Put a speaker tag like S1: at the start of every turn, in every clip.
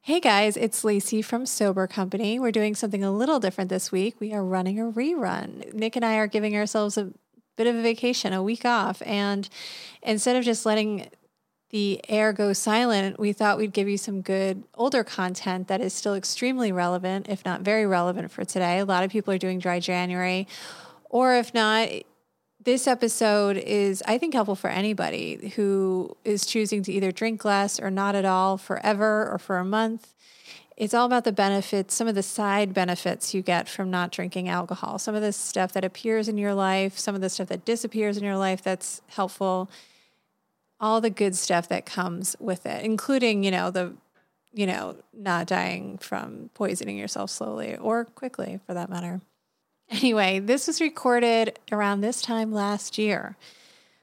S1: Hey guys, it's Lacey from Sober Company. We're doing something a little different this week. We are running a rerun. Nick and I are giving ourselves a bit of a vacation, a week off. And instead of just letting the air go silent, we thought we'd give you some good older content that is still extremely relevant, if not very relevant for today. A lot of people are doing dry January. Or if not, this episode is, I think, helpful for anybody who is choosing to either drink less or not at all forever or for a month. It's all about the benefits, some of the side benefits you get from not drinking alcohol, some of the stuff that appears in your life, some of the stuff that disappears in your life that's helpful, all the good stuff that comes with it, including, you know, the you know, not dying from poisoning yourself slowly or quickly for that matter. Anyway, this was recorded around this time last year,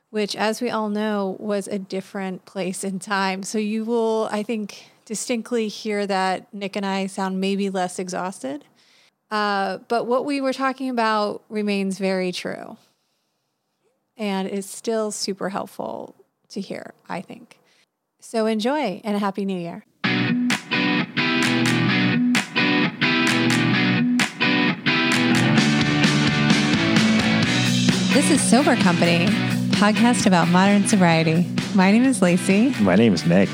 S1: which, as we all know, was a different place and time. So you will, I think, distinctly hear that Nick and I sound maybe less exhausted. Uh, but what we were talking about remains very true and is still super helpful to hear, I think. So enjoy and a happy new year. This is Sober Company, podcast about modern sobriety. My name is Lacey.
S2: My name is Nick.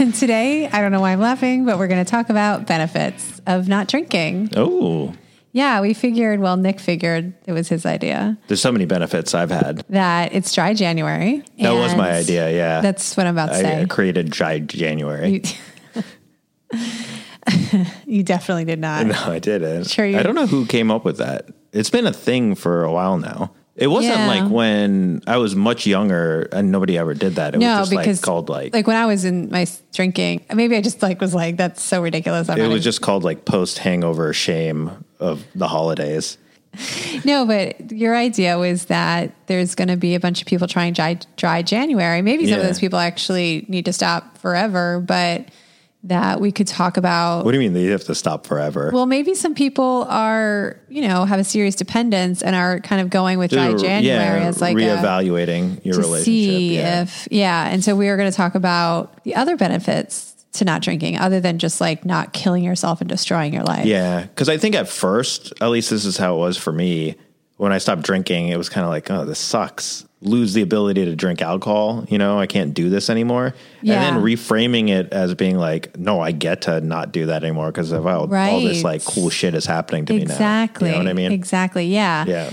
S1: And today, I don't know why I'm laughing, but we're going to talk about benefits of not drinking.
S2: Oh,
S1: Yeah, we figured, well, Nick figured it was his idea
S2: there's so many benefits I've had.
S1: that it's dry January.
S2: That was
S1: and
S2: my idea. Yeah.
S1: That's what I'm about to
S2: I, I
S1: say.
S2: created dry January.
S1: you definitely did not.
S2: no, I didn't.
S1: Sure you-
S2: I don't know who came up with that. It's been a thing for a while now. It wasn't
S1: Yeah.
S2: like when I was much younger and nobody ever did that. It
S1: No,
S2: was just
S1: because
S2: like called like,
S1: Like when I was in my s- drinking, maybe I just like was like, that's so ridiculous. I'm
S2: it
S1: not
S2: was just called like post hangover shame of the holidays.
S1: No, but your idea was that there's going to be a bunch of people trying dry, dry January. Maybe some of
S2: Yeah.
S1: those people actually need to stop forever, but that we could talk about.
S2: What do you mean they have to stop forever?
S1: well, maybe some people are, you know, have a serious dependence and are kind of going with dry
S2: They're,
S1: January
S2: yeah,
S1: as like a,
S2: reevaluating your
S1: to
S2: relationship.
S1: see
S2: yeah.
S1: if yeah. And so we are going to talk about the other benefits to not drinking, other than just like not killing yourself and destroying your life.
S2: Yeah, because I think at first, at least this is how it was for me. When I stopped drinking, it was kind of like, oh, this sucks. Lose the ability to drink alcohol. You know, I can't do this anymore. And
S1: Yeah.
S2: then reframing it as being like, no, I get to not do that anymore because of how all
S1: Right.
S2: this like cool shit is happening to
S1: Exactly.
S2: me now. You know what I mean?
S1: Exactly. Yeah.
S2: Yeah.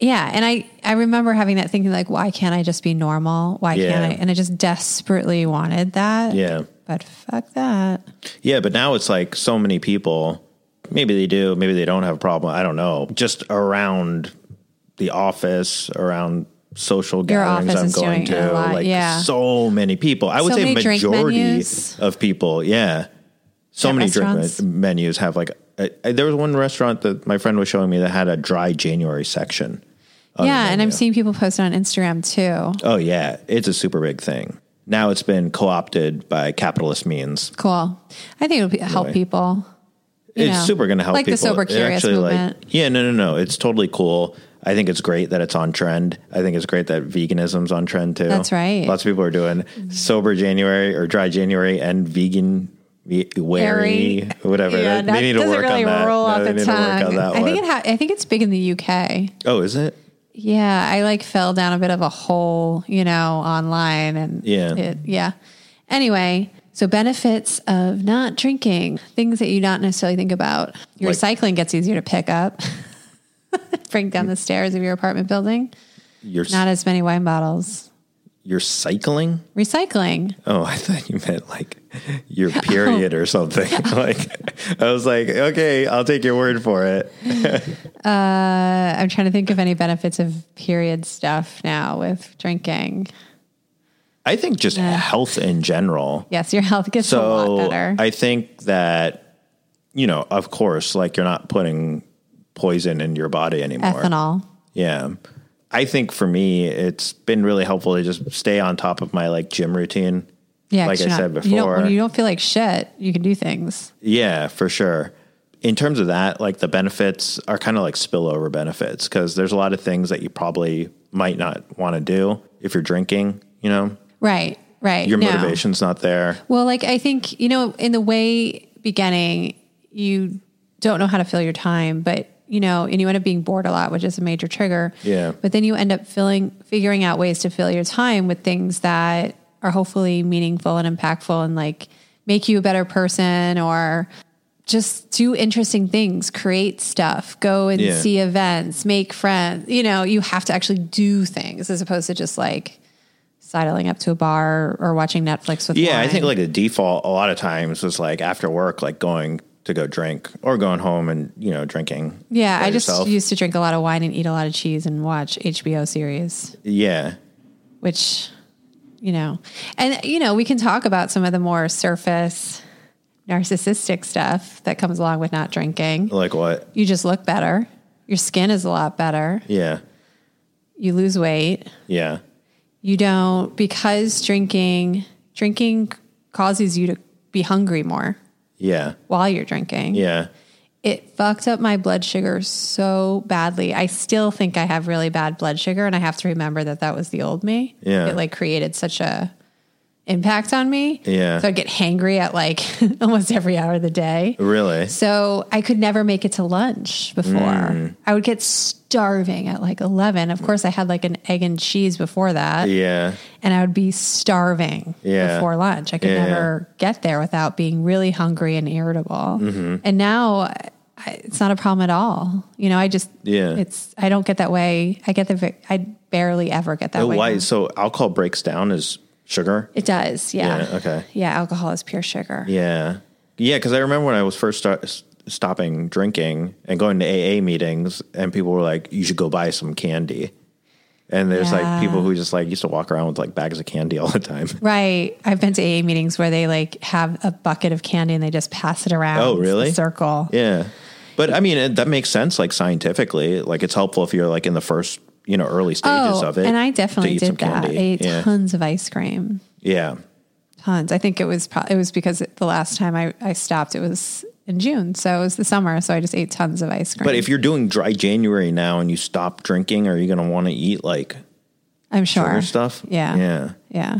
S1: Yeah, and I I remember having that thinking like, why can't I just be normal? Why
S2: Yeah.
S1: can't I? And I just desperately wanted that.
S2: Yeah.
S1: But fuck that.
S2: Yeah, but now it's like so many people, maybe they do, maybe they don't have a problem. I don't know. Just around the office, around social gatherings
S1: office
S2: I'm
S1: is
S2: going
S1: doing a
S2: to,
S1: lot,
S2: like
S1: yeah.
S2: so many people. I would
S1: So
S2: say
S1: many drink
S2: majority
S1: menus.
S2: of people, yeah. So
S1: At
S2: many drink
S1: restaurants.
S2: men- menus have like I, I, there was one restaurant that my friend was showing me that had a dry January section.
S1: yeah, and I'm seeing people post it on Instagram too.
S2: Oh yeah, it's a super big thing. Now it's been co-opted by capitalist means.
S1: Cool. I think it'll be, help
S2: Really?
S1: people. you
S2: it's
S1: know,
S2: super going to help
S1: like
S2: people.
S1: the sober
S2: It
S1: curious
S2: actually, like-
S1: movement.
S2: yeah, no, no, no. It's totally cool. I think it's great that it's on trend. I think it's great that veganism's on trend too.
S1: That's right.
S2: Lots of people are doing sober January or dry January and vegan ve- wary,
S1: Airy.
S2: whatever.
S1: yeah,
S2: they, they need to
S1: doesn't
S2: work
S1: really
S2: on that.
S1: roll
S2: No,
S1: off
S2: they
S1: the
S2: need to work on
S1: tongue.
S2: that
S1: I think
S2: one.
S1: it ha- I think it's big in the UK.
S2: oh, is it?
S1: Yeah, I like fell down a bit of a hole, you know, online and
S2: Yeah.
S1: it, yeah. Anyway, so benefits of not drinking, things that you not necessarily think about. Your
S2: Like-
S1: recycling gets easier to pick up. Bring down the stairs of your apartment building.
S2: You're
S1: Not as many wine bottles.
S2: you're cycling?
S1: Recycling.
S2: Oh, I thought you meant like your
S1: Oh.
S2: period or something. like I was like, okay, I'll take your word for it.
S1: I- I'm trying to think of any benefits of period stuff now with drinking.
S2: I think just health in general.
S1: Yes, your health gets a lot
S2: So
S1: better.
S2: I think that you know, of course, like you're not putting poison in your body anymore.
S1: Ethanol.
S2: Yeah. I think for me, it's been really helpful to just stay on top of my like gym routine.
S1: Yeah, 'cause
S2: like I
S1: you're not-
S2: said
S1: You don't,
S2: before.
S1: when you don't feel like shit, you can do things.
S2: Yeah, for sure. In terms of that, like the benefits are kind of like spillover benefits because there's a lot of things that you probably might not want to do if you're drinking, you know?
S1: Right, Right.
S2: Your
S1: no.
S2: motivation's not there.
S1: Well, like I think, you know, in the way beginning, you don't know how to fill your time, but you know, and you end up being bored a lot, which is a major trigger.
S2: Yeah.
S1: But then you end up filling figuring out ways to fill your time with things that are hopefully meaningful and impactful and like make you a better person or just do interesting things, create stuff, go and
S2: Yeah.
S1: see events, make friends. You know, you have to actually do things as opposed to just like sidling up to a bar or watching Netflix with
S2: Yeah, I
S1: wine.
S2: think like the default a lot of times was like after work, like going to go drink or going home and you know drinking.
S1: Yeah,
S2: by
S1: I just
S2: yourself.
S1: used to drink a lot of wine and eat a lot of cheese and watch HBO series,
S2: yeah,
S1: which, you know, and, you know, we can talk about some of the more surface narcissistic stuff that comes along with not drinking.
S2: like what?
S1: You just look better. Your skin is a lot better.
S2: Yeah,
S1: You lose weight.
S2: yeah,
S1: You don't, because drinking, drinking causes you to be hungry more
S2: yeah,
S1: while you're drinking.
S2: yeah.
S1: it fucked up my blood sugar so badly. I still think I have really bad blood sugar, and I have to remember that that was the old me.
S2: Yeah.
S1: it like created such a impact on me.
S2: Yeah.
S1: so I'd get hangry at like almost every hour of the day.
S2: Really?
S1: So I could never make it to lunch before.
S2: Mm.
S1: I would get starving at like eleven. Of course, I had like an egg and cheese before that,
S2: Yeah,
S1: and I would be starving
S2: Yeah.
S1: before lunch. I could
S2: Yeah.
S1: never get there without being really hungry and irritable.
S2: Mm-hmm.
S1: And now I, it's not a problem at all. You know, I just
S2: Yeah.
S1: it's I don't get that way. I get the ve- I barely ever get that
S2: Oh,
S1: way.
S2: why?
S1: now.
S2: So alcohol breaks down as sugar.
S1: It does, yeah.
S2: Yeah, okay.
S1: Yeah, alcohol is pure sugar.
S2: Yeah, yeah. Because I remember when I was first start, s- stopping drinking and going to AA meetings, and people were like, "You should go buy some candy." And there's
S1: Yeah.
S2: like people who just like used to walk around with like bags of candy all the time.
S1: Right. I've been to AA meetings where they like have a bucket of candy and they just pass it around.
S2: Oh,
S1: It's a
S2: really?
S1: circle.
S2: Yeah. But I mean, it, that makes sense, like scientifically. Like it's helpful if you're like in the first, you know, early stages
S1: Oh,
S2: of it.
S1: and I
S2: to
S1: definitely
S2: eat some
S1: did that. I
S2: candy.
S1: ate
S2: yeah.
S1: tons of ice cream.
S2: yeah.
S1: tons. I think it was pro- it was because it, the last time I, I stopped it was in June, so it was the summer. So I just ate tons of ice cream.
S2: But if you're doing dry January now and you stop drinking, are you going to want to eat like
S1: I'm sure
S2: other stuff?
S1: yeah,
S2: Yeah.
S1: yeah.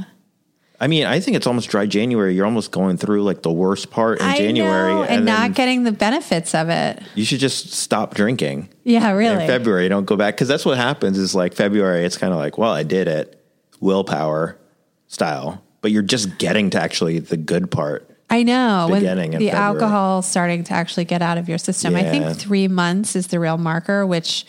S2: I mean, I think it's almost dry January. You're almost going through like the worst part in January.
S1: I know, and,
S2: then
S1: not getting the benefits of it.
S2: you should just stop drinking.
S1: Yeah, really.
S2: in February, don't go back because that's what happens. Is like February, it's kind of like, well, I did it, willpower style, but you're just getting to actually the good part.
S1: I know when
S2: Beginning in
S1: the
S2: February.
S1: alcohol starting to actually get out of your system. I
S2: Yeah.
S1: think three months is the real marker, which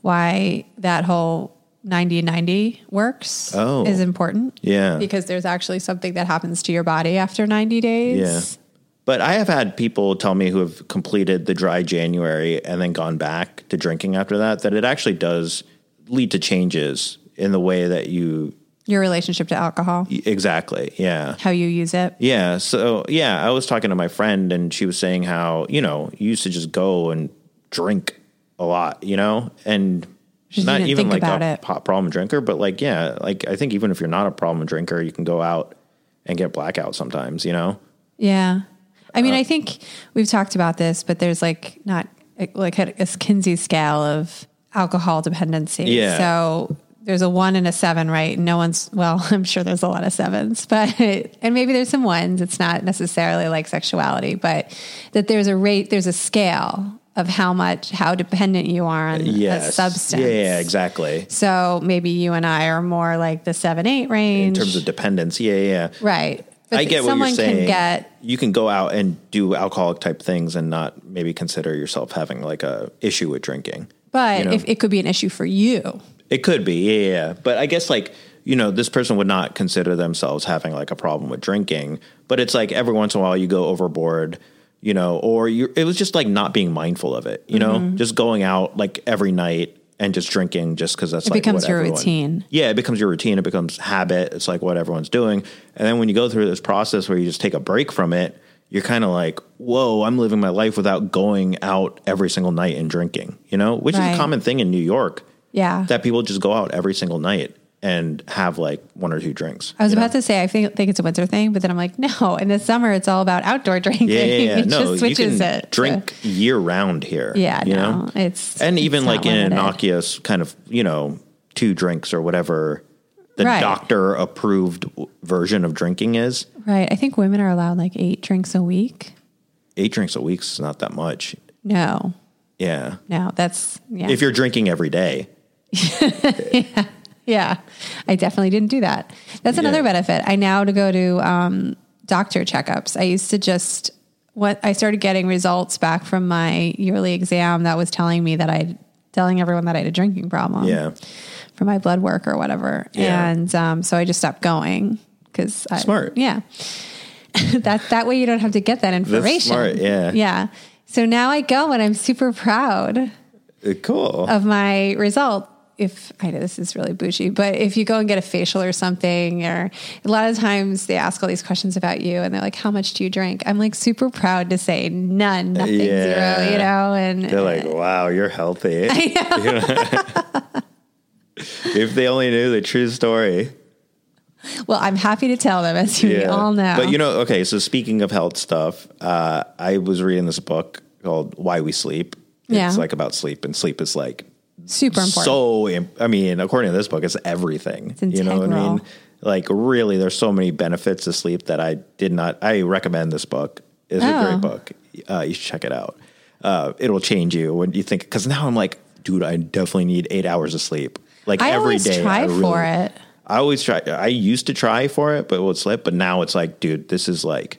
S1: why that whole 90 90 works
S2: Oh.
S1: is important.
S2: Yeah.
S1: Because there's actually something that happens to your body after 90
S2: yeah.
S1: days.
S2: But I have had people tell me who have completed the dry January and then gone back to drinking after that that it actually does lead to changes in the way that you
S1: Your relationship to alcohol.
S2: exactly. Yeah.
S1: how you use it.
S2: Yeah. So, yeah, I was talking to my friend and she was saying how, you know, you used to just go and drink a lot, you know, and
S1: She
S2: not
S1: didn't
S2: even
S1: think
S2: like
S1: about
S2: a
S1: it.
S2: po- problem drinker, but like, yeah, like I think even if you're not a problem drinker, you can go out and get blackout sometimes, you know?
S1: Yeah. I
S2: Uh,
S1: mean, I think we've talked about this, but there's like not like a a Kinsey scale of alcohol dependency.
S2: Yeah.
S1: So there's a one and a seven, right? No one's, well, I'm sure there's a lot of sevens, but, and maybe there's some ones. It's not necessarily like sexuality, but that there's a rate, there's a scale of how much, how dependent you are on a
S2: Yes.
S1: substance.
S2: Yeah, yeah, exactly.
S1: So maybe you and I are more like the seven, eight
S2: In
S1: range.
S2: terms of dependence. Yeah, yeah. yeah.
S1: right.
S2: I get what you're
S1: someone
S2: saying.
S1: can get
S2: you can go out and do alcoholic type things and not maybe consider yourself having like a issue with drinking.
S1: But
S2: you know?
S1: if it could be an issue for you,
S2: It could be, yeah, yeah, yeah. But I guess like you know, this person would not consider themselves having like a problem with drinking, but it's like every once in a while you go overboard, you know, or you it was just like not being mindful of it, you
S1: Mm-hmm.
S2: know, just going out like every night and just drinking just because that's it like
S1: becomes
S2: what
S1: your
S2: everyone-
S1: routine.
S2: Yeah, it becomes your routine. It becomes habit. It's like what everyone's doing, and then when you go through this process where you just take a break from it, you're kind of like, whoa, I'm living my life without going out every single night and drinking, you know, which is
S1: Right.
S2: a common thing in New York
S1: yeah.
S2: that people just go out every single night and have like one or two drinks.
S1: I was
S2: you know?
S1: about to say I think think it's a winter thing, but then I'm like, no. In the summer, it's all about outdoor drinking.
S2: yeah, yeah, yeah.
S1: it
S2: no,
S1: just switches
S2: you can
S1: it. to-
S2: drink year round here.
S1: yeah,
S2: you
S1: no,
S2: know,
S1: it's
S2: and even
S1: it's not
S2: like an
S1: limited.
S2: innocuous kind of you know two drinks or whatever the
S1: Right.
S2: doctor approved version of drinking is.
S1: Right. I think women are allowed like eight drinks a week.
S2: Eight drinks a week is not that much.
S1: No,
S2: Yeah.
S1: no, that's yeah,
S2: If you're drinking every day,
S1: yeah. I definitely didn't do that. That's another benefit. I now to go to um, doctor checkups. I used to just what I started getting results back from my yearly exam that was telling me that I telling everyone that I had a drinking problem.
S2: yeah,
S1: for my blood work or whatever.
S2: Yeah.
S1: And um, so I just stopped going because I
S2: Smart.
S1: Yeah. that that way you don't have to get that information.
S2: smart, yeah.
S1: Yeah. So now I go and I'm super proud
S2: Uh, cool.
S1: of my result. If I know this is really bougie, but if you go and get a facial or something, or a lot of times they ask all these questions about you and they're like, How much do you drink? I'm like super proud to say none, nothing,
S2: Yeah.
S1: zero, you know? And
S2: They're like, wow, you're healthy. if they only knew the true story.
S1: well, I'm happy to tell them as you all know.
S2: But you know, okay, so speaking of health stuff, uh, I was reading this book called Why We Sleep. It's
S1: Yeah.
S2: like about sleep, and sleep is like
S1: super important.
S2: so, im- I mean, according to this book, it's everything. you know what I
S1: integral.
S2: mean? Like, really, there's so many benefits to sleep that I did not, I recommend this book. It's a
S1: Oh.
S2: great book. Uh, you should check it out. Uh, it'll change you when you think, because now I'm like, dude, I definitely need eight hours of sleep. Like,
S1: I
S2: every
S1: always
S2: day.
S1: try
S2: I really-
S1: for it.
S2: I always try. I used to try for it, but it would slip. But now it's like, dude, this is like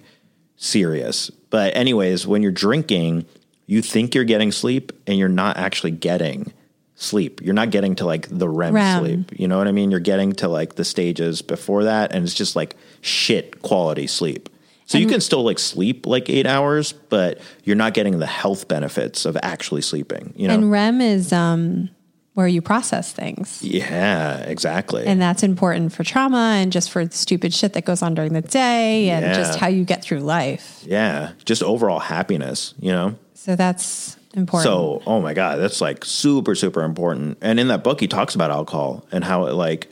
S2: serious. But anyways, when you're drinking, you think you're getting sleep, and you're not actually getting sleep. You're not getting to like the REM,
S1: REM.
S2: sleep. You know what I mean? You're getting to like the stages before that, and it's just like shit quality sleep. So you can still like sleep like eight hours, but you're not getting the health benefits of actually sleeping. You know?
S1: And REM is um, where you process things.
S2: yeah, exactly.
S1: And that's important for trauma and just for stupid shit that goes on during the day and
S2: Yeah.
S1: just how you get through life.
S2: yeah, just overall happiness. You know.
S1: So that's important.
S2: So, oh my God, that's like super, super important. And in that book, he talks about alcohol and how it like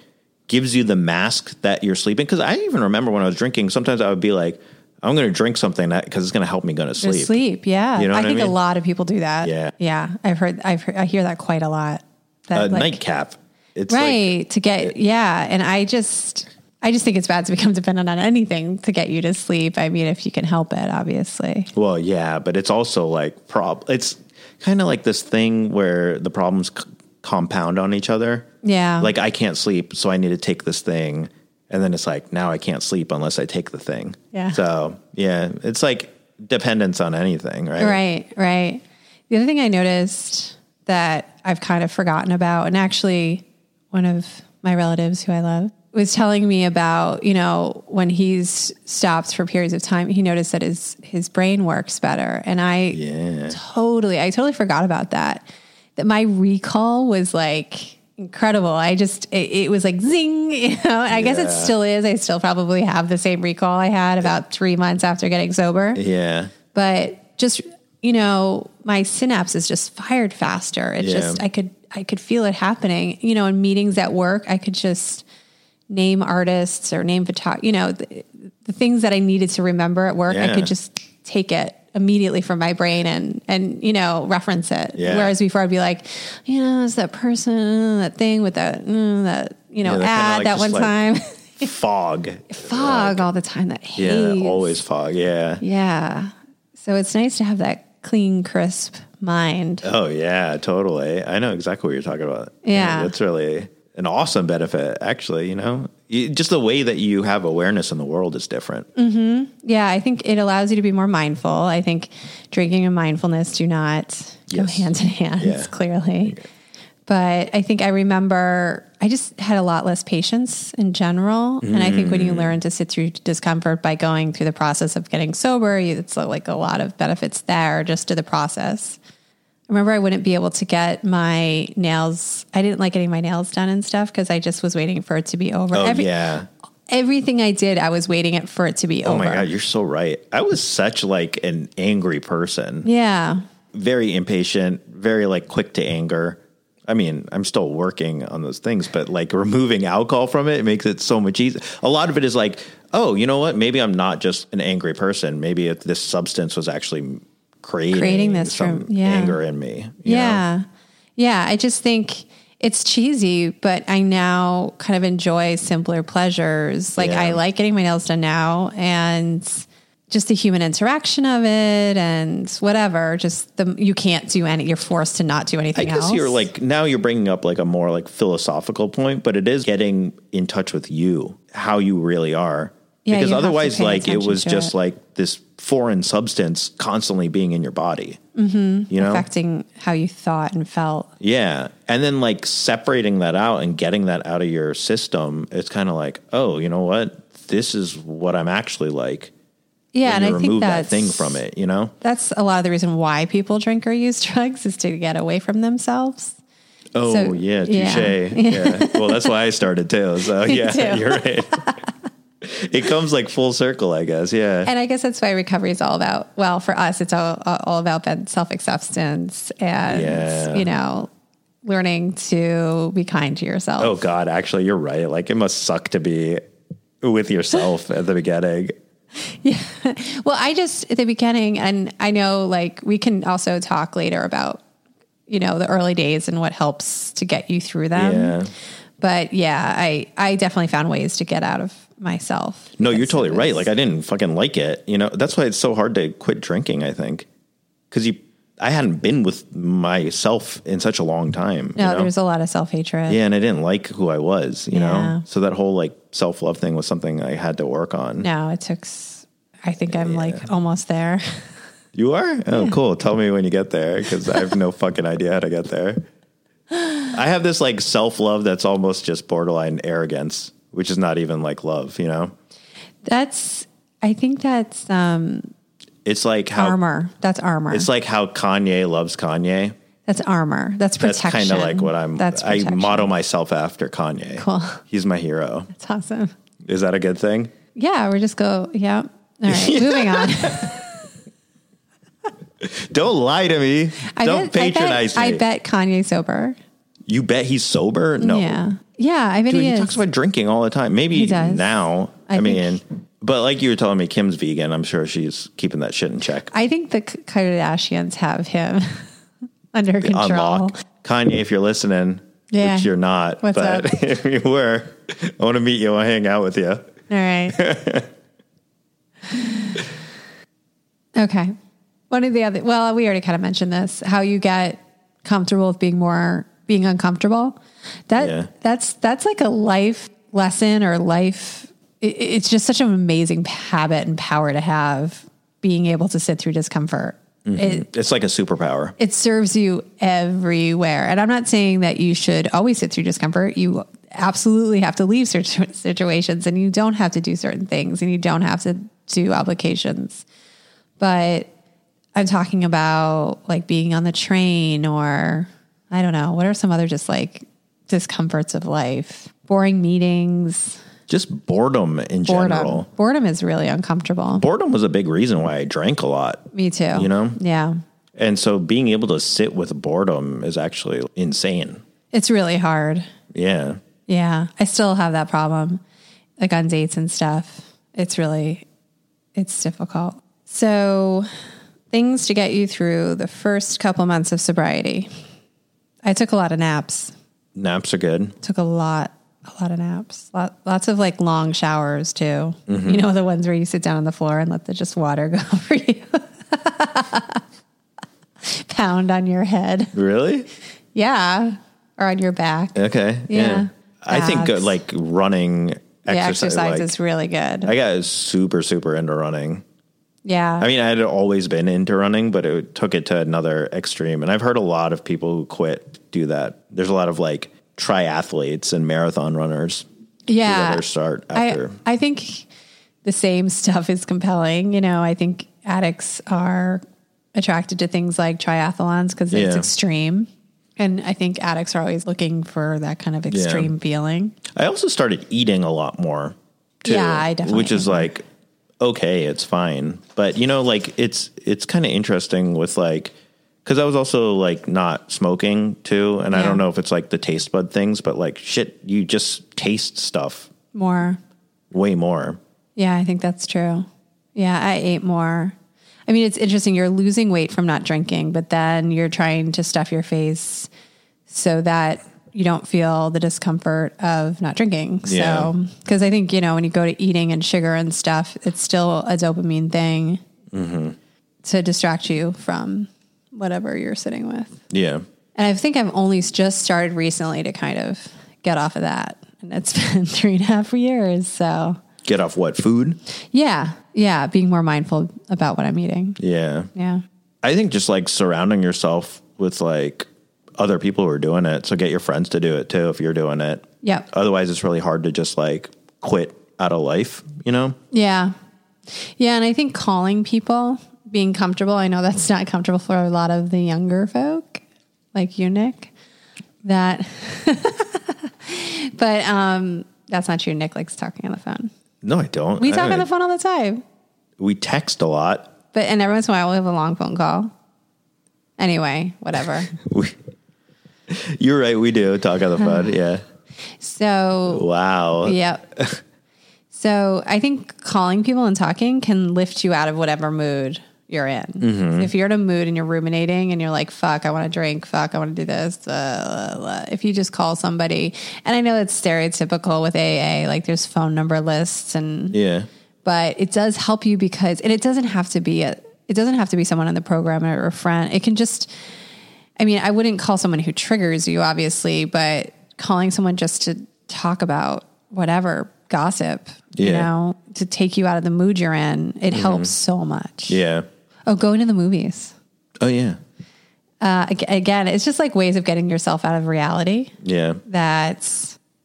S2: gives you the mask that you're sleeping. Cause I even remember when I was drinking, sometimes I would be like, I'm going to drink something that, cause it's going to help me go to
S1: Or
S2: sleep.
S1: sleep. yeah.
S2: You know
S1: I
S2: what I
S1: think a
S2: mean?
S1: lot of people do that.
S2: Yeah.
S1: Yeah. I've heard, I've heard, I hear that quite a lot. That
S2: A
S1: like-
S2: nightcap. It's like,
S1: Right. to get, yeah. And I just, I just think it's bad to become dependent on anything to get you to sleep. I mean, if you can help it, obviously.
S2: well, yeah, but it's also like prob, it's kind of like this thing where the problems c- compound on each other.
S1: Yeah.
S2: Like I can't sleep, so I need to take this thing. And then it's like, now I can't sleep unless I take the thing.
S1: Yeah.
S2: So, yeah, it's like dependence on anything, right?
S1: Right, right. The other thing I noticed that I've kind of forgotten about, and actually, one of my relatives who I love was telling me about, you know, when he's stopped for periods of time, he noticed that his his brain works better, and I
S2: Yeah.
S1: totally, I totally forgot about that. That my recall was like incredible. I just it, it was like zing, you know. And I guess it
S2: Yeah.
S1: still is. I still probably have the same recall I had about three months after getting sober
S2: Yeah.
S1: but just you know my synapses just fired faster it's
S2: Yeah.
S1: just i could i could feel it happening you know in meetings at work i could just name artists or name photog you know the, the things that i needed to remember at work i
S2: Yeah.
S1: could just take it immediately from my brain and and you know reference it
S2: Yeah.
S1: whereas before i'd be like you know it's that person that thing with that mm, that you know
S2: Yeah, that kinda
S1: ad
S2: like
S1: that
S2: just
S1: one
S2: like-
S1: time
S2: Fog.
S1: fog all the time that
S2: Yeah.
S1: haze.
S2: Always fog. Yeah.
S1: Yeah. So it's nice to have that clean, crisp mind.
S2: Oh, yeah. Totally. I know exactly what you're talking about.
S1: Yeah.
S2: That's really an awesome benefit, actually, you know? You, just the way that you have awareness in the world is different.
S1: Mm, Yeah, I think it allows you to be more mindful. I think drinking and mindfulness do not go
S2: Yes.
S1: hand in hand,
S2: Yeah.
S1: clearly. But I think I remember I just had a lot less patience in general. And I think when you learn to sit through discomfort by going through the process of getting sober, you- it's like a lot of benefits there just to the process. I remember I wouldn't be able to get my nails. I didn't like getting my nails done and stuff because I just was waiting for it to be over.
S2: Oh,
S1: Every-
S2: yeah.
S1: Everything I did, I was waiting it for it to be
S2: Oh,
S1: over.
S2: my God. You're so right. I was such like an angry person.
S1: Yeah.
S2: very impatient, very like quick to anger. I mean, I'm still working on those things, but like removing alcohol from it, it makes it so much easier. A lot of it is like, oh, you know what? Maybe I'm not just an angry person. Maybe if this substance was actually creating,
S1: Creating this
S2: some
S1: from- yeah.
S2: anger in me. you know?
S1: Yeah. Yeah. I just think it's cheesy, but I now kind of enjoy simpler pleasures. Like
S2: Yeah.
S1: I like getting my nails done now and just the human interaction of it and whatever. Just the you can't do any you're forced to not do
S2: I
S1: anything
S2: guess
S1: else.
S2: you're like now you're bringing up like a more like philosophical point, but it is getting in touch with you, how you really are.
S1: Yeah,
S2: because
S1: you have to
S2: otherwise,
S1: pay
S2: like it
S1: attention
S2: was
S1: to
S2: just
S1: it.
S2: like this foreign substance constantly being in your body. Mm-hmm. You know,
S1: affecting how you thought and felt.
S2: yeah. And then like separating that out and getting that out of your system, it's kind of like, oh, you know what? This is what I'm actually like.
S1: Yeah,
S2: when
S1: and
S2: you
S1: I think
S2: remove that
S1: that's
S2: thing from it. You know,
S1: That's a lot of the reason why people drink or use drugs is to get away from themselves.
S2: Oh
S1: So-
S2: yeah, touche.
S1: yeah.
S2: Yeah. Well, that's why I started too. So yeah,
S1: too.
S2: you're right. it comes like full circle, I guess. Yeah.
S1: And I guess that's why recovery is all about. Well, for us, it's all all about self acceptance and
S2: Yeah.
S1: you know learning to be kind to yourself.
S2: oh God, actually, you're right. Like it must suck to be with yourself at the beginning.
S1: Well, I just at the beginning, and I know like we can also talk later about you know the early days and what helps to get you through them.
S2: Yeah.
S1: But yeah, I I definitely found ways to get out of myself.
S2: No, you're
S1: because it
S2: totally right.
S1: was-
S2: Like I didn't fucking like it. You know, that's why it's so hard to quit drinking. I think because you, I hadn't been with myself in such a long time.
S1: no,
S2: you know?
S1: there was a lot of self hatred.
S2: yeah, and I didn't like who I was. You
S1: Yeah.
S2: know, so that whole like self love thing was something I had to work on.
S1: No, it took. s- I think I'm like almost there.
S2: You are? Oh, cool. Tell me when you get there because I have no fucking idea how to get there. I have this like self love that's almost just borderline arrogance, which is not even like love, you know?
S1: That's I think that's um
S2: It's like how
S1: armor. That's armor.
S2: it's like how Kanye loves Kanye.
S1: that's armor. That's
S2: That's
S1: protection.
S2: kind of like what I'm
S1: That's
S2: I
S1: protection.
S2: model myself after Kanye.
S1: Cool.
S2: He's my hero.
S1: That's awesome.
S2: Is that a good thing?
S1: Yeah, we just go. Yeah. All right. Moving on.
S2: Don't lie to me. Don't
S1: bet,
S2: patronize
S1: I
S2: me.
S1: bet, I bet Kanye's sober.
S2: You bet he's sober? No.
S1: Yeah. Yeah. I bet
S2: Dude,
S1: he,
S2: he
S1: is.
S2: talks about drinking all the time. Maybe
S1: He does.
S2: now. I,
S1: I
S2: mean,
S1: think-
S2: but like you were telling me, Kim's vegan. I'm sure she's keeping that shit in check.
S1: I think the K- Kardashians have him under control.
S2: Unlock Kanye if you're listening.
S1: Yeah.
S2: Which you're not,
S1: What's
S2: but
S1: up?
S2: if you were, I want to meet you. I hang out with you.
S1: All right. okay. One of the other, well, we already kind of mentioned this, how you get comfortable with being more, being uncomfortable. That,
S2: Yeah.
S1: that's, that's like a life lesson or life. it- it's just such an amazing habit and power to have being able to sit through discomfort. It,
S2: It's like a superpower.
S1: it serves you everywhere. And I'm not saying that you should always sit through discomfort. You absolutely have to leave certain situations and you don't have to do certain things and you don't have to do obligations. But I'm talking about like being on the train or I don't know, what are some other just like discomforts of life? Boring meetings,
S2: Just boredom in
S1: boredom.
S2: general.
S1: Boredom is really uncomfortable.
S2: Boredom was a big reason why I drank a lot.
S1: Me too.
S2: You know?
S1: Yeah.
S2: And so being able to sit with boredom is actually insane.
S1: It's really hard.
S2: Yeah.
S1: Yeah, I still have that problem, like on dates and stuff. It's really, it's difficult. So, things to get you through the first couple months of sobriety. I took a lot of naps.
S2: Naps are good.
S1: Took a lot, a lot of naps. Lot, lots of like long showers too.
S2: Mm-hmm.
S1: You know the ones where you sit down on the floor and let the just water go over you, pound on your head.
S2: Really?
S1: Yeah, or on your back.
S2: Okay. Yeah.
S1: Yeah.
S2: I think uh,
S1: Abs.
S2: like running
S1: The
S2: exercise,
S1: exercise
S2: like,
S1: is really good.
S2: I got super, super into running.
S1: yeah.
S2: I mean, I had always been into running, but it took it to another extreme. And I've heard a lot of people who quit do that. There's a lot of like triathletes and marathon runners who
S1: yeah
S2: never start
S1: I,
S2: after.
S1: I think the same stuff is compelling you know i think addicts are attracted to things like triathlons because it's
S2: Yeah.
S1: extreme and i think addicts are always looking for that kind of extreme feeling
S2: I, also started eating a lot more too,
S1: Yeah, I definitely
S2: which is
S1: ate more.
S2: like okay, it's fine. But you know, like it's it's kind of interesting with like because I was also like not smoking too, and I
S1: Yeah.
S2: don't know if it's like the taste bud things, but like shit, you just taste stuff
S1: more
S2: way more.
S1: yeah i think that's true yeah i ate more i mean it's interesting you're losing weight from not drinking but then you're trying to stuff your face so that you don't feel the discomfort of not drinking.
S2: Yeah.
S1: So, because I think, you know, when you go to eating and sugar and stuff, it's still a dopamine thing to distract you from whatever you're sitting with.
S2: Yeah.
S1: And I think I've only just started recently to kind of get off of that. And it's been three and a half years. So,
S2: Get off what? Food?
S1: yeah. Yeah. Being more mindful about what I'm eating.
S2: Yeah.
S1: Yeah.
S2: I think just like surrounding yourself with like other people who are doing it. So get your friends to do it too if you're doing it.
S1: Yep.
S2: Otherwise, it's really hard to just like quit out of life, you know?
S1: Yeah. Yeah. And I think calling people, being comfortable, I know that's not comfortable for a lot of the younger folk like you, Nick, that, but um, that's not true. Nick likes talking on the phone.
S2: No, I don't.
S1: We
S2: I
S1: talk on
S2: don't-
S1: the phone all the time,
S2: We text a lot.
S1: but, and every once in a while we have a long phone call. Anyway, whatever.
S2: We, you're right. We do talk on the phone. Yeah.
S1: So,
S2: Wow.
S1: yep. So I think calling people and talking can lift you out of whatever mood you're in. If you're in a mood and you're ruminating and you're like, fuck, I want to drink, fuck, I want to do this. Uh, blah, blah. If you just call somebody, and I know it's stereotypical with AA, like there's phone number lists and
S2: Yeah.
S1: but it does help you because and it doesn't have to be a it doesn't have to be someone on the program or a friend it can just i mean i wouldn't call someone who triggers you obviously but calling someone just to talk about whatever gossip you
S2: Yeah. Mm-hmm.
S1: know to take you out of the mood you're in it helps so much
S2: Yeah.
S1: oh going to the movies
S2: Oh, yeah.
S1: uh, ag- again it's just like ways of getting yourself out of reality
S2: Yeah.
S1: that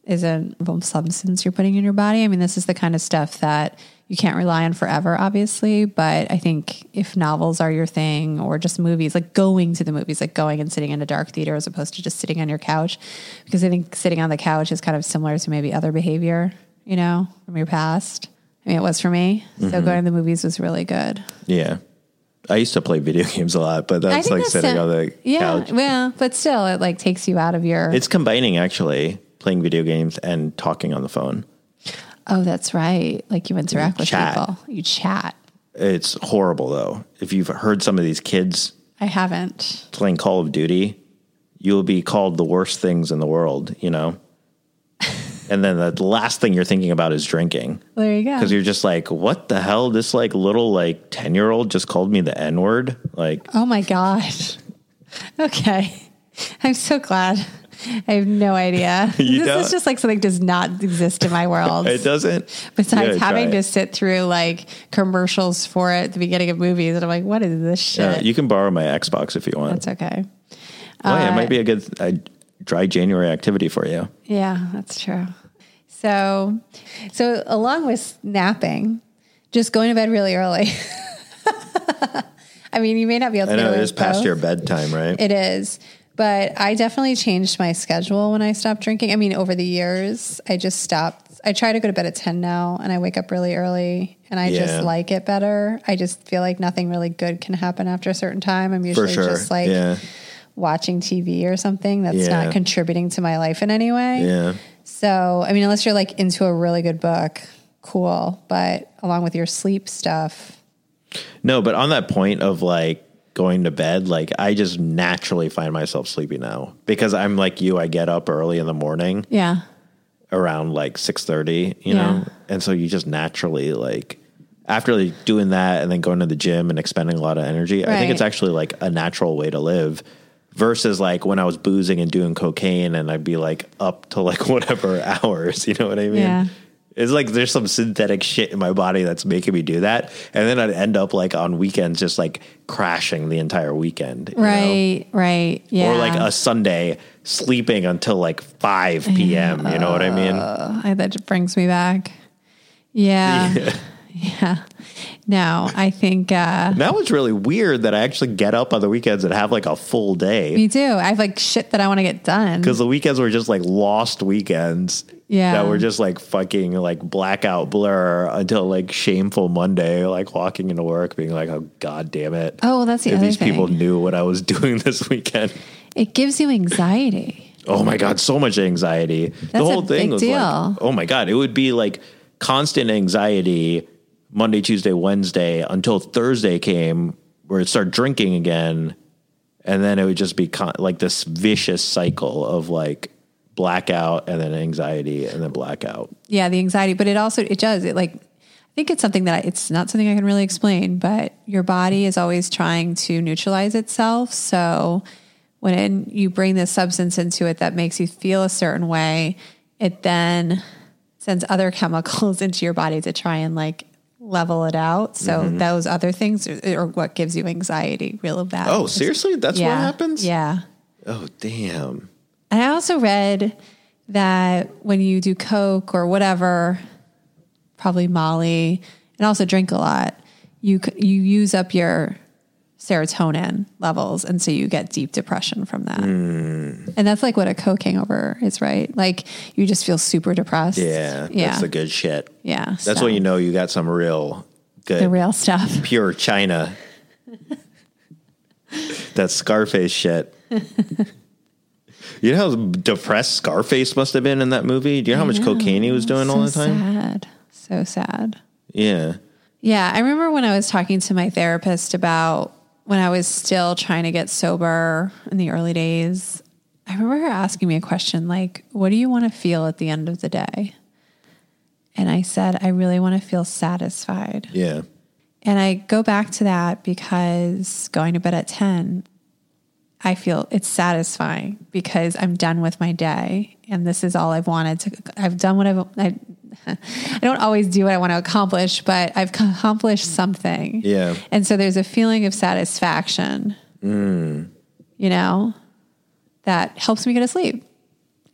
S1: is a substance you're putting in your body. I mean, this is the kind of stuff that you can't rely on forever, obviously. But I think if novels are your thing or just movies, like going to the movies, like going and sitting in a dark theater as opposed to just sitting on your couch, because I think sitting on the couch is kind of similar to maybe other behavior, you know, from your past. I mean, it was for me. So
S2: Mm-hmm.
S1: going to the movies was really good.
S2: Yeah. I used to play video games a lot, but
S1: I
S2: that's
S1: think
S2: like
S1: that's
S2: sitting
S1: a-
S2: on the
S1: yeah,
S2: couch.
S1: well, but still, it like takes you out of your.
S2: It's combining actually playing video games and talking on the phone.
S1: oh, that's right. Like you interact with
S2: chat.
S1: people, you chat.
S2: It's horrible though. If you've heard some of these kids
S1: I haven't.
S2: playing Call of Duty, you'll be called the worst things in the world, you know? and then the last thing you're thinking about is drinking.
S1: There you go.
S2: Because you're just like, what the hell? This like little like ten year old just called me the N word. Like
S1: oh my gosh. Okay. I'm so glad. I have no idea.
S2: You
S1: this
S2: don't-
S1: is just like something does not exist in my world.
S2: it doesn't.
S1: Besides
S2: Yeah, try
S1: having
S2: it.
S1: to sit through like commercials for it at the beginning of movies, and I'm like, what is this
S2: Yeah,
S1: shit?
S2: you can borrow my Xbox if you want.
S1: that's okay.
S2: Why? it might be a good uh dry January activity for you.
S1: Yeah, that's true. So, so along with napping, just going to bed really early. I mean, you may not be able to.
S2: I know
S1: do
S2: it is past
S1: both.
S2: your bedtime, right?
S1: It is. But I definitely changed my schedule when I stopped drinking. I mean, over the years, I just stopped. I try to go to bed at 10 now and I wake up really early and I
S2: Yeah.
S1: just like it better. I just feel like nothing really good can happen after a certain time. I'm
S2: for
S1: usually
S2: sure.
S1: just like
S2: yeah,
S1: watching TV or something that's
S2: Yeah.
S1: not contributing to my life in any way.
S2: yeah,
S1: So, I mean, unless you're like into a really good book, cool. But along with your sleep stuff,
S2: no. But on that point of like going to bed, like I just naturally find myself sleepy now because I'm like you. I get up early in the morning
S1: yeah.
S2: around like six thirty,
S1: Yeah.
S2: you know, and so you just naturally like after like, doing that and then going to the gym and expending a lot of energy. I think
S1: Right.
S2: it's actually like a natural way to live. Versus like when I was boozing and doing cocaine, and I'd be like up to like whatever hours, you know what I mean?
S1: Yeah.
S2: It's like there's some synthetic shit in my body that's making me do that, and then I'd end up like on weekends just like crashing the entire weekend, you know?
S1: Right, right. Yeah.
S2: Or like a Sunday sleeping until like five p.m. You know what I mean?
S1: Uh, I, that just brings me back. Yeah. Yeah. No, I think uh,
S2: Now it's really weird that I actually get up on the weekends and have like a full day
S1: me too. I have like shit that I want to get done.
S2: because the weekends were just like lost weekends.
S1: Yeah.
S2: That were just like fucking like blackout blur until like shameful Monday, like walking into work being like, oh, God damn it.
S1: Oh, well, that's the
S2: If
S1: other
S2: These people
S1: thing.
S2: knew what I was doing this weekend.
S1: It gives you anxiety.
S2: Oh my God, so much anxiety. the
S1: That's a
S2: whole thing
S1: big
S2: was
S1: deal.
S2: like, oh my God, it would be like constant anxiety Monday, Tuesday, Wednesday until Thursday came where it started drinking again. And then it would just be con- like this vicious cycle of like blackout and then anxiety and then blackout.
S1: yeah the anxiety but it also it does it like i think it's something that I, it's not something i can really explain but your body is always trying to neutralize itself so when you bring this substance into it that makes you feel a certain way it then sends other chemicals into your body to try and like level it out so
S2: Mm-hmm.
S1: those other things are, are what gives you anxiety real bad
S2: Oh, seriously? That's
S1: yeah
S2: what happens?
S1: yeah
S2: Oh, damn.
S1: and I also read that when you do coke or whatever, probably Molly, and also drink a lot, you c- you use up your serotonin levels, and so you get deep depression from that.
S2: Hmm.
S1: And that's like what a coke hangover is, right? Like you just feel super depressed.
S2: Yeah.
S1: yeah,
S2: That's the good shit.
S1: yeah.
S2: That's when you know you got some real
S1: the
S2: good
S1: real stuff.
S2: pure China. that Scarface shit. you know how depressed Scarface must have been in that movie? Do you know how much cocaine he was doing all the
S1: so
S2: time?
S1: sad. So sad.
S2: Yeah.
S1: Yeah, I remember when I was talking to my therapist about when I was still trying to get sober in the early days. I remember her asking me a question like, What do you want to feel at the end of the day? And I said, I really want to feel satisfied.
S2: Yeah.
S1: And I go back to that because going to bed at 10, I feel it's satisfying because I'm done with my day and this is all I've wanted to I've done what I've I, I don't always do what I want to accomplish, but I've accomplished something.
S2: Yeah.
S1: And so there's a feeling of satisfaction. You know, that helps me go to sleep.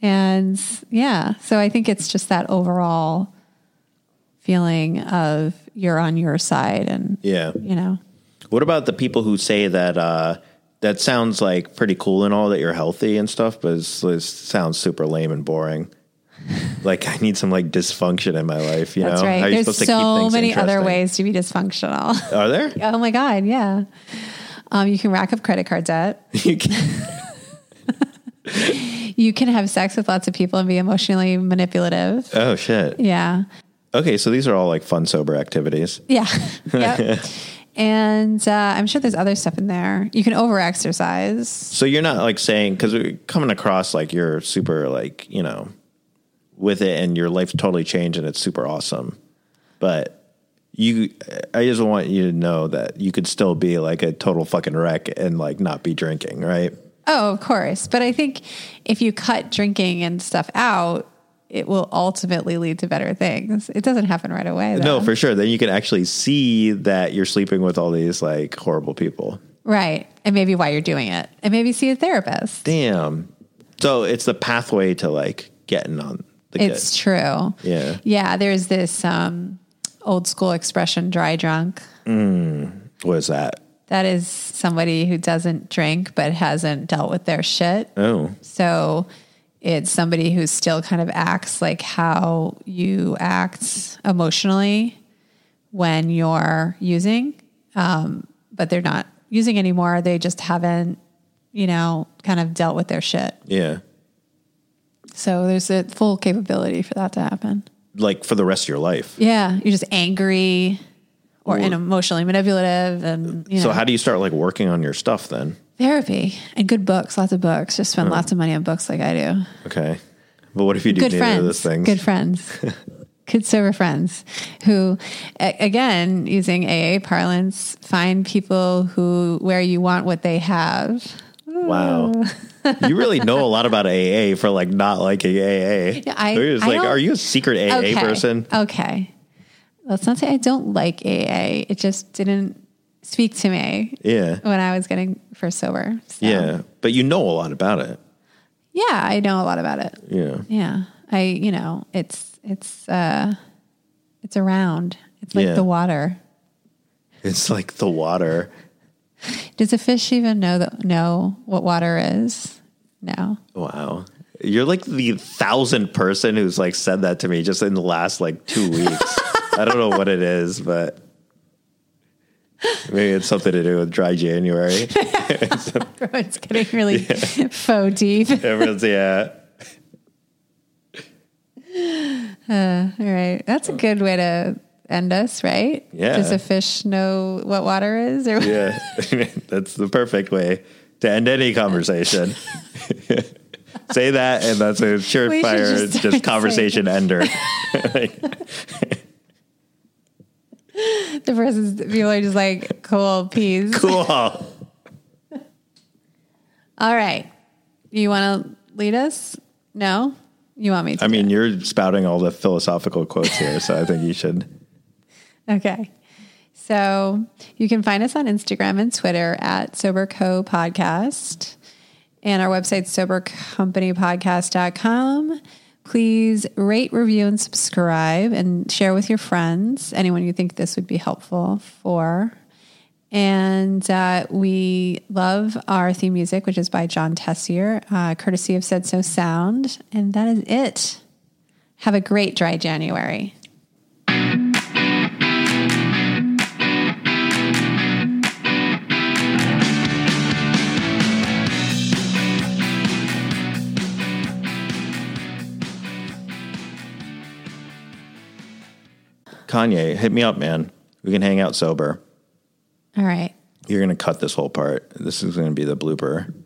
S1: And yeah, so I think it's just that overall feeling of you're on your side and
S2: Yeah.
S1: you know.
S2: What about the people who say that uh, that sounds like pretty cool and all that you're healthy and stuff, but it's, it sounds super lame and boring. like I need some like dysfunction in my life, you
S1: That's
S2: know?
S1: right.
S2: How are you
S1: There's
S2: supposed to keep
S1: so
S2: things
S1: many other
S2: interesting?
S1: ways to be dysfunctional.
S2: Are there?
S1: oh my god, yeah. Um, you can rack up credit card debt.
S2: You can-
S1: You can have sex with lots of people and be emotionally manipulative.
S2: oh shit.
S1: Yeah.
S2: Okay, so these are all like fun sober activities.
S1: Yeah. yep. And uh, I'm sure there's other stuff in there. You can overexercise.
S2: So you're not like saying because coming across like you're super like you know with it and your life's totally changed and it's super awesome, but you I just want you to know that you could still be like a total fucking wreck and like not be drinking, right?
S1: Oh, of course. But I think if you cut drinking and stuff out, it will ultimately lead to better things. It doesn't happen right away. Though.
S2: No, for sure. Then you can actually see that you're sleeping with all these like horrible people.
S1: Right. And maybe why you're doing it. And maybe see a therapist.
S2: Damn. So it's the pathway to like getting on the
S1: It's true.
S2: Yeah.
S1: Yeah. There's this um, old school expression, dry drunk.
S2: good. What is that?
S1: That is somebody who doesn't drink but hasn't dealt with their shit.
S2: Oh,
S1: So it's somebody who still kind of acts like how you act emotionally when you're using, um, but they're not using anymore. They just haven't, you know, kind of dealt with their shit.
S2: yeah.
S1: So there's a full capability for that to happen.
S2: Like for the rest of your life.
S1: Yeah, you're just angry or and emotionally manipulative, and you know,
S2: So how do you start like working on your stuff then?
S1: therapy and good books, lots of books. Just spend lots of money on books, like I do.
S2: Okay. But what if you do
S1: Good
S2: neither of those
S1: friends,
S2: things?
S1: good friends, good sober friends, who, a- again, using AA parlance, find people who where you want what they have.
S2: Wow. you really know a lot about AA for like not liking AA.
S1: Yeah, I-
S2: It's
S1: I
S2: like,
S1: don't-
S2: are you a secret AA
S1: okay.
S2: person?
S1: Okay. Let's not say I don't like AA. It just didn't speak to me
S2: Yeah.
S1: when I was getting first sober. So,
S2: Yeah. But you know a lot about it.
S1: Yeah, I know a lot about it.
S2: Yeah.
S1: Yeah. I, you know, it's, it's, uh, it's around. It's like
S2: Yeah.
S1: the water.
S2: It's like the water.
S1: Does a fish even know that, know what water is? No.
S2: Wow. You're like the thousandth person who's like said that to me just in the last like two weeks. I don't know what it is, but maybe it's something to do with dry January.
S1: it's getting really faux deep.
S2: Everyone's, yeah.
S1: All right. That's a good way to end us, right?
S2: Yeah.
S1: Does a fish know what water is? Or
S2: Yeah, that's the perfect way to end any conversation. Say that, and that's a
S1: We should
S2: surefire
S1: just
S2: just,
S1: start saying-
S2: conversation ender.
S1: The person's people are just like, cool, peas.
S2: cool.
S1: All right. You want to lead us? No? You want me to?
S2: I mean, you're spouting all the philosophical quotes here, so I think you should.
S1: Okay. So you can find us on Instagram and Twitter at SoberCo Podcast and our website, sobercompanypodcast.com. Please rate, review, and subscribe and share with your friends, anyone you think this would be helpful for. And uh, we love our theme music, which is by John Tessier, uh, courtesy of Said So Sound. And that is it. Have a great dry January.
S2: Kanye, hit me up, man. We can hang out sober.
S1: All right.
S2: You're gonna cut this whole part. This is gonna be the blooper.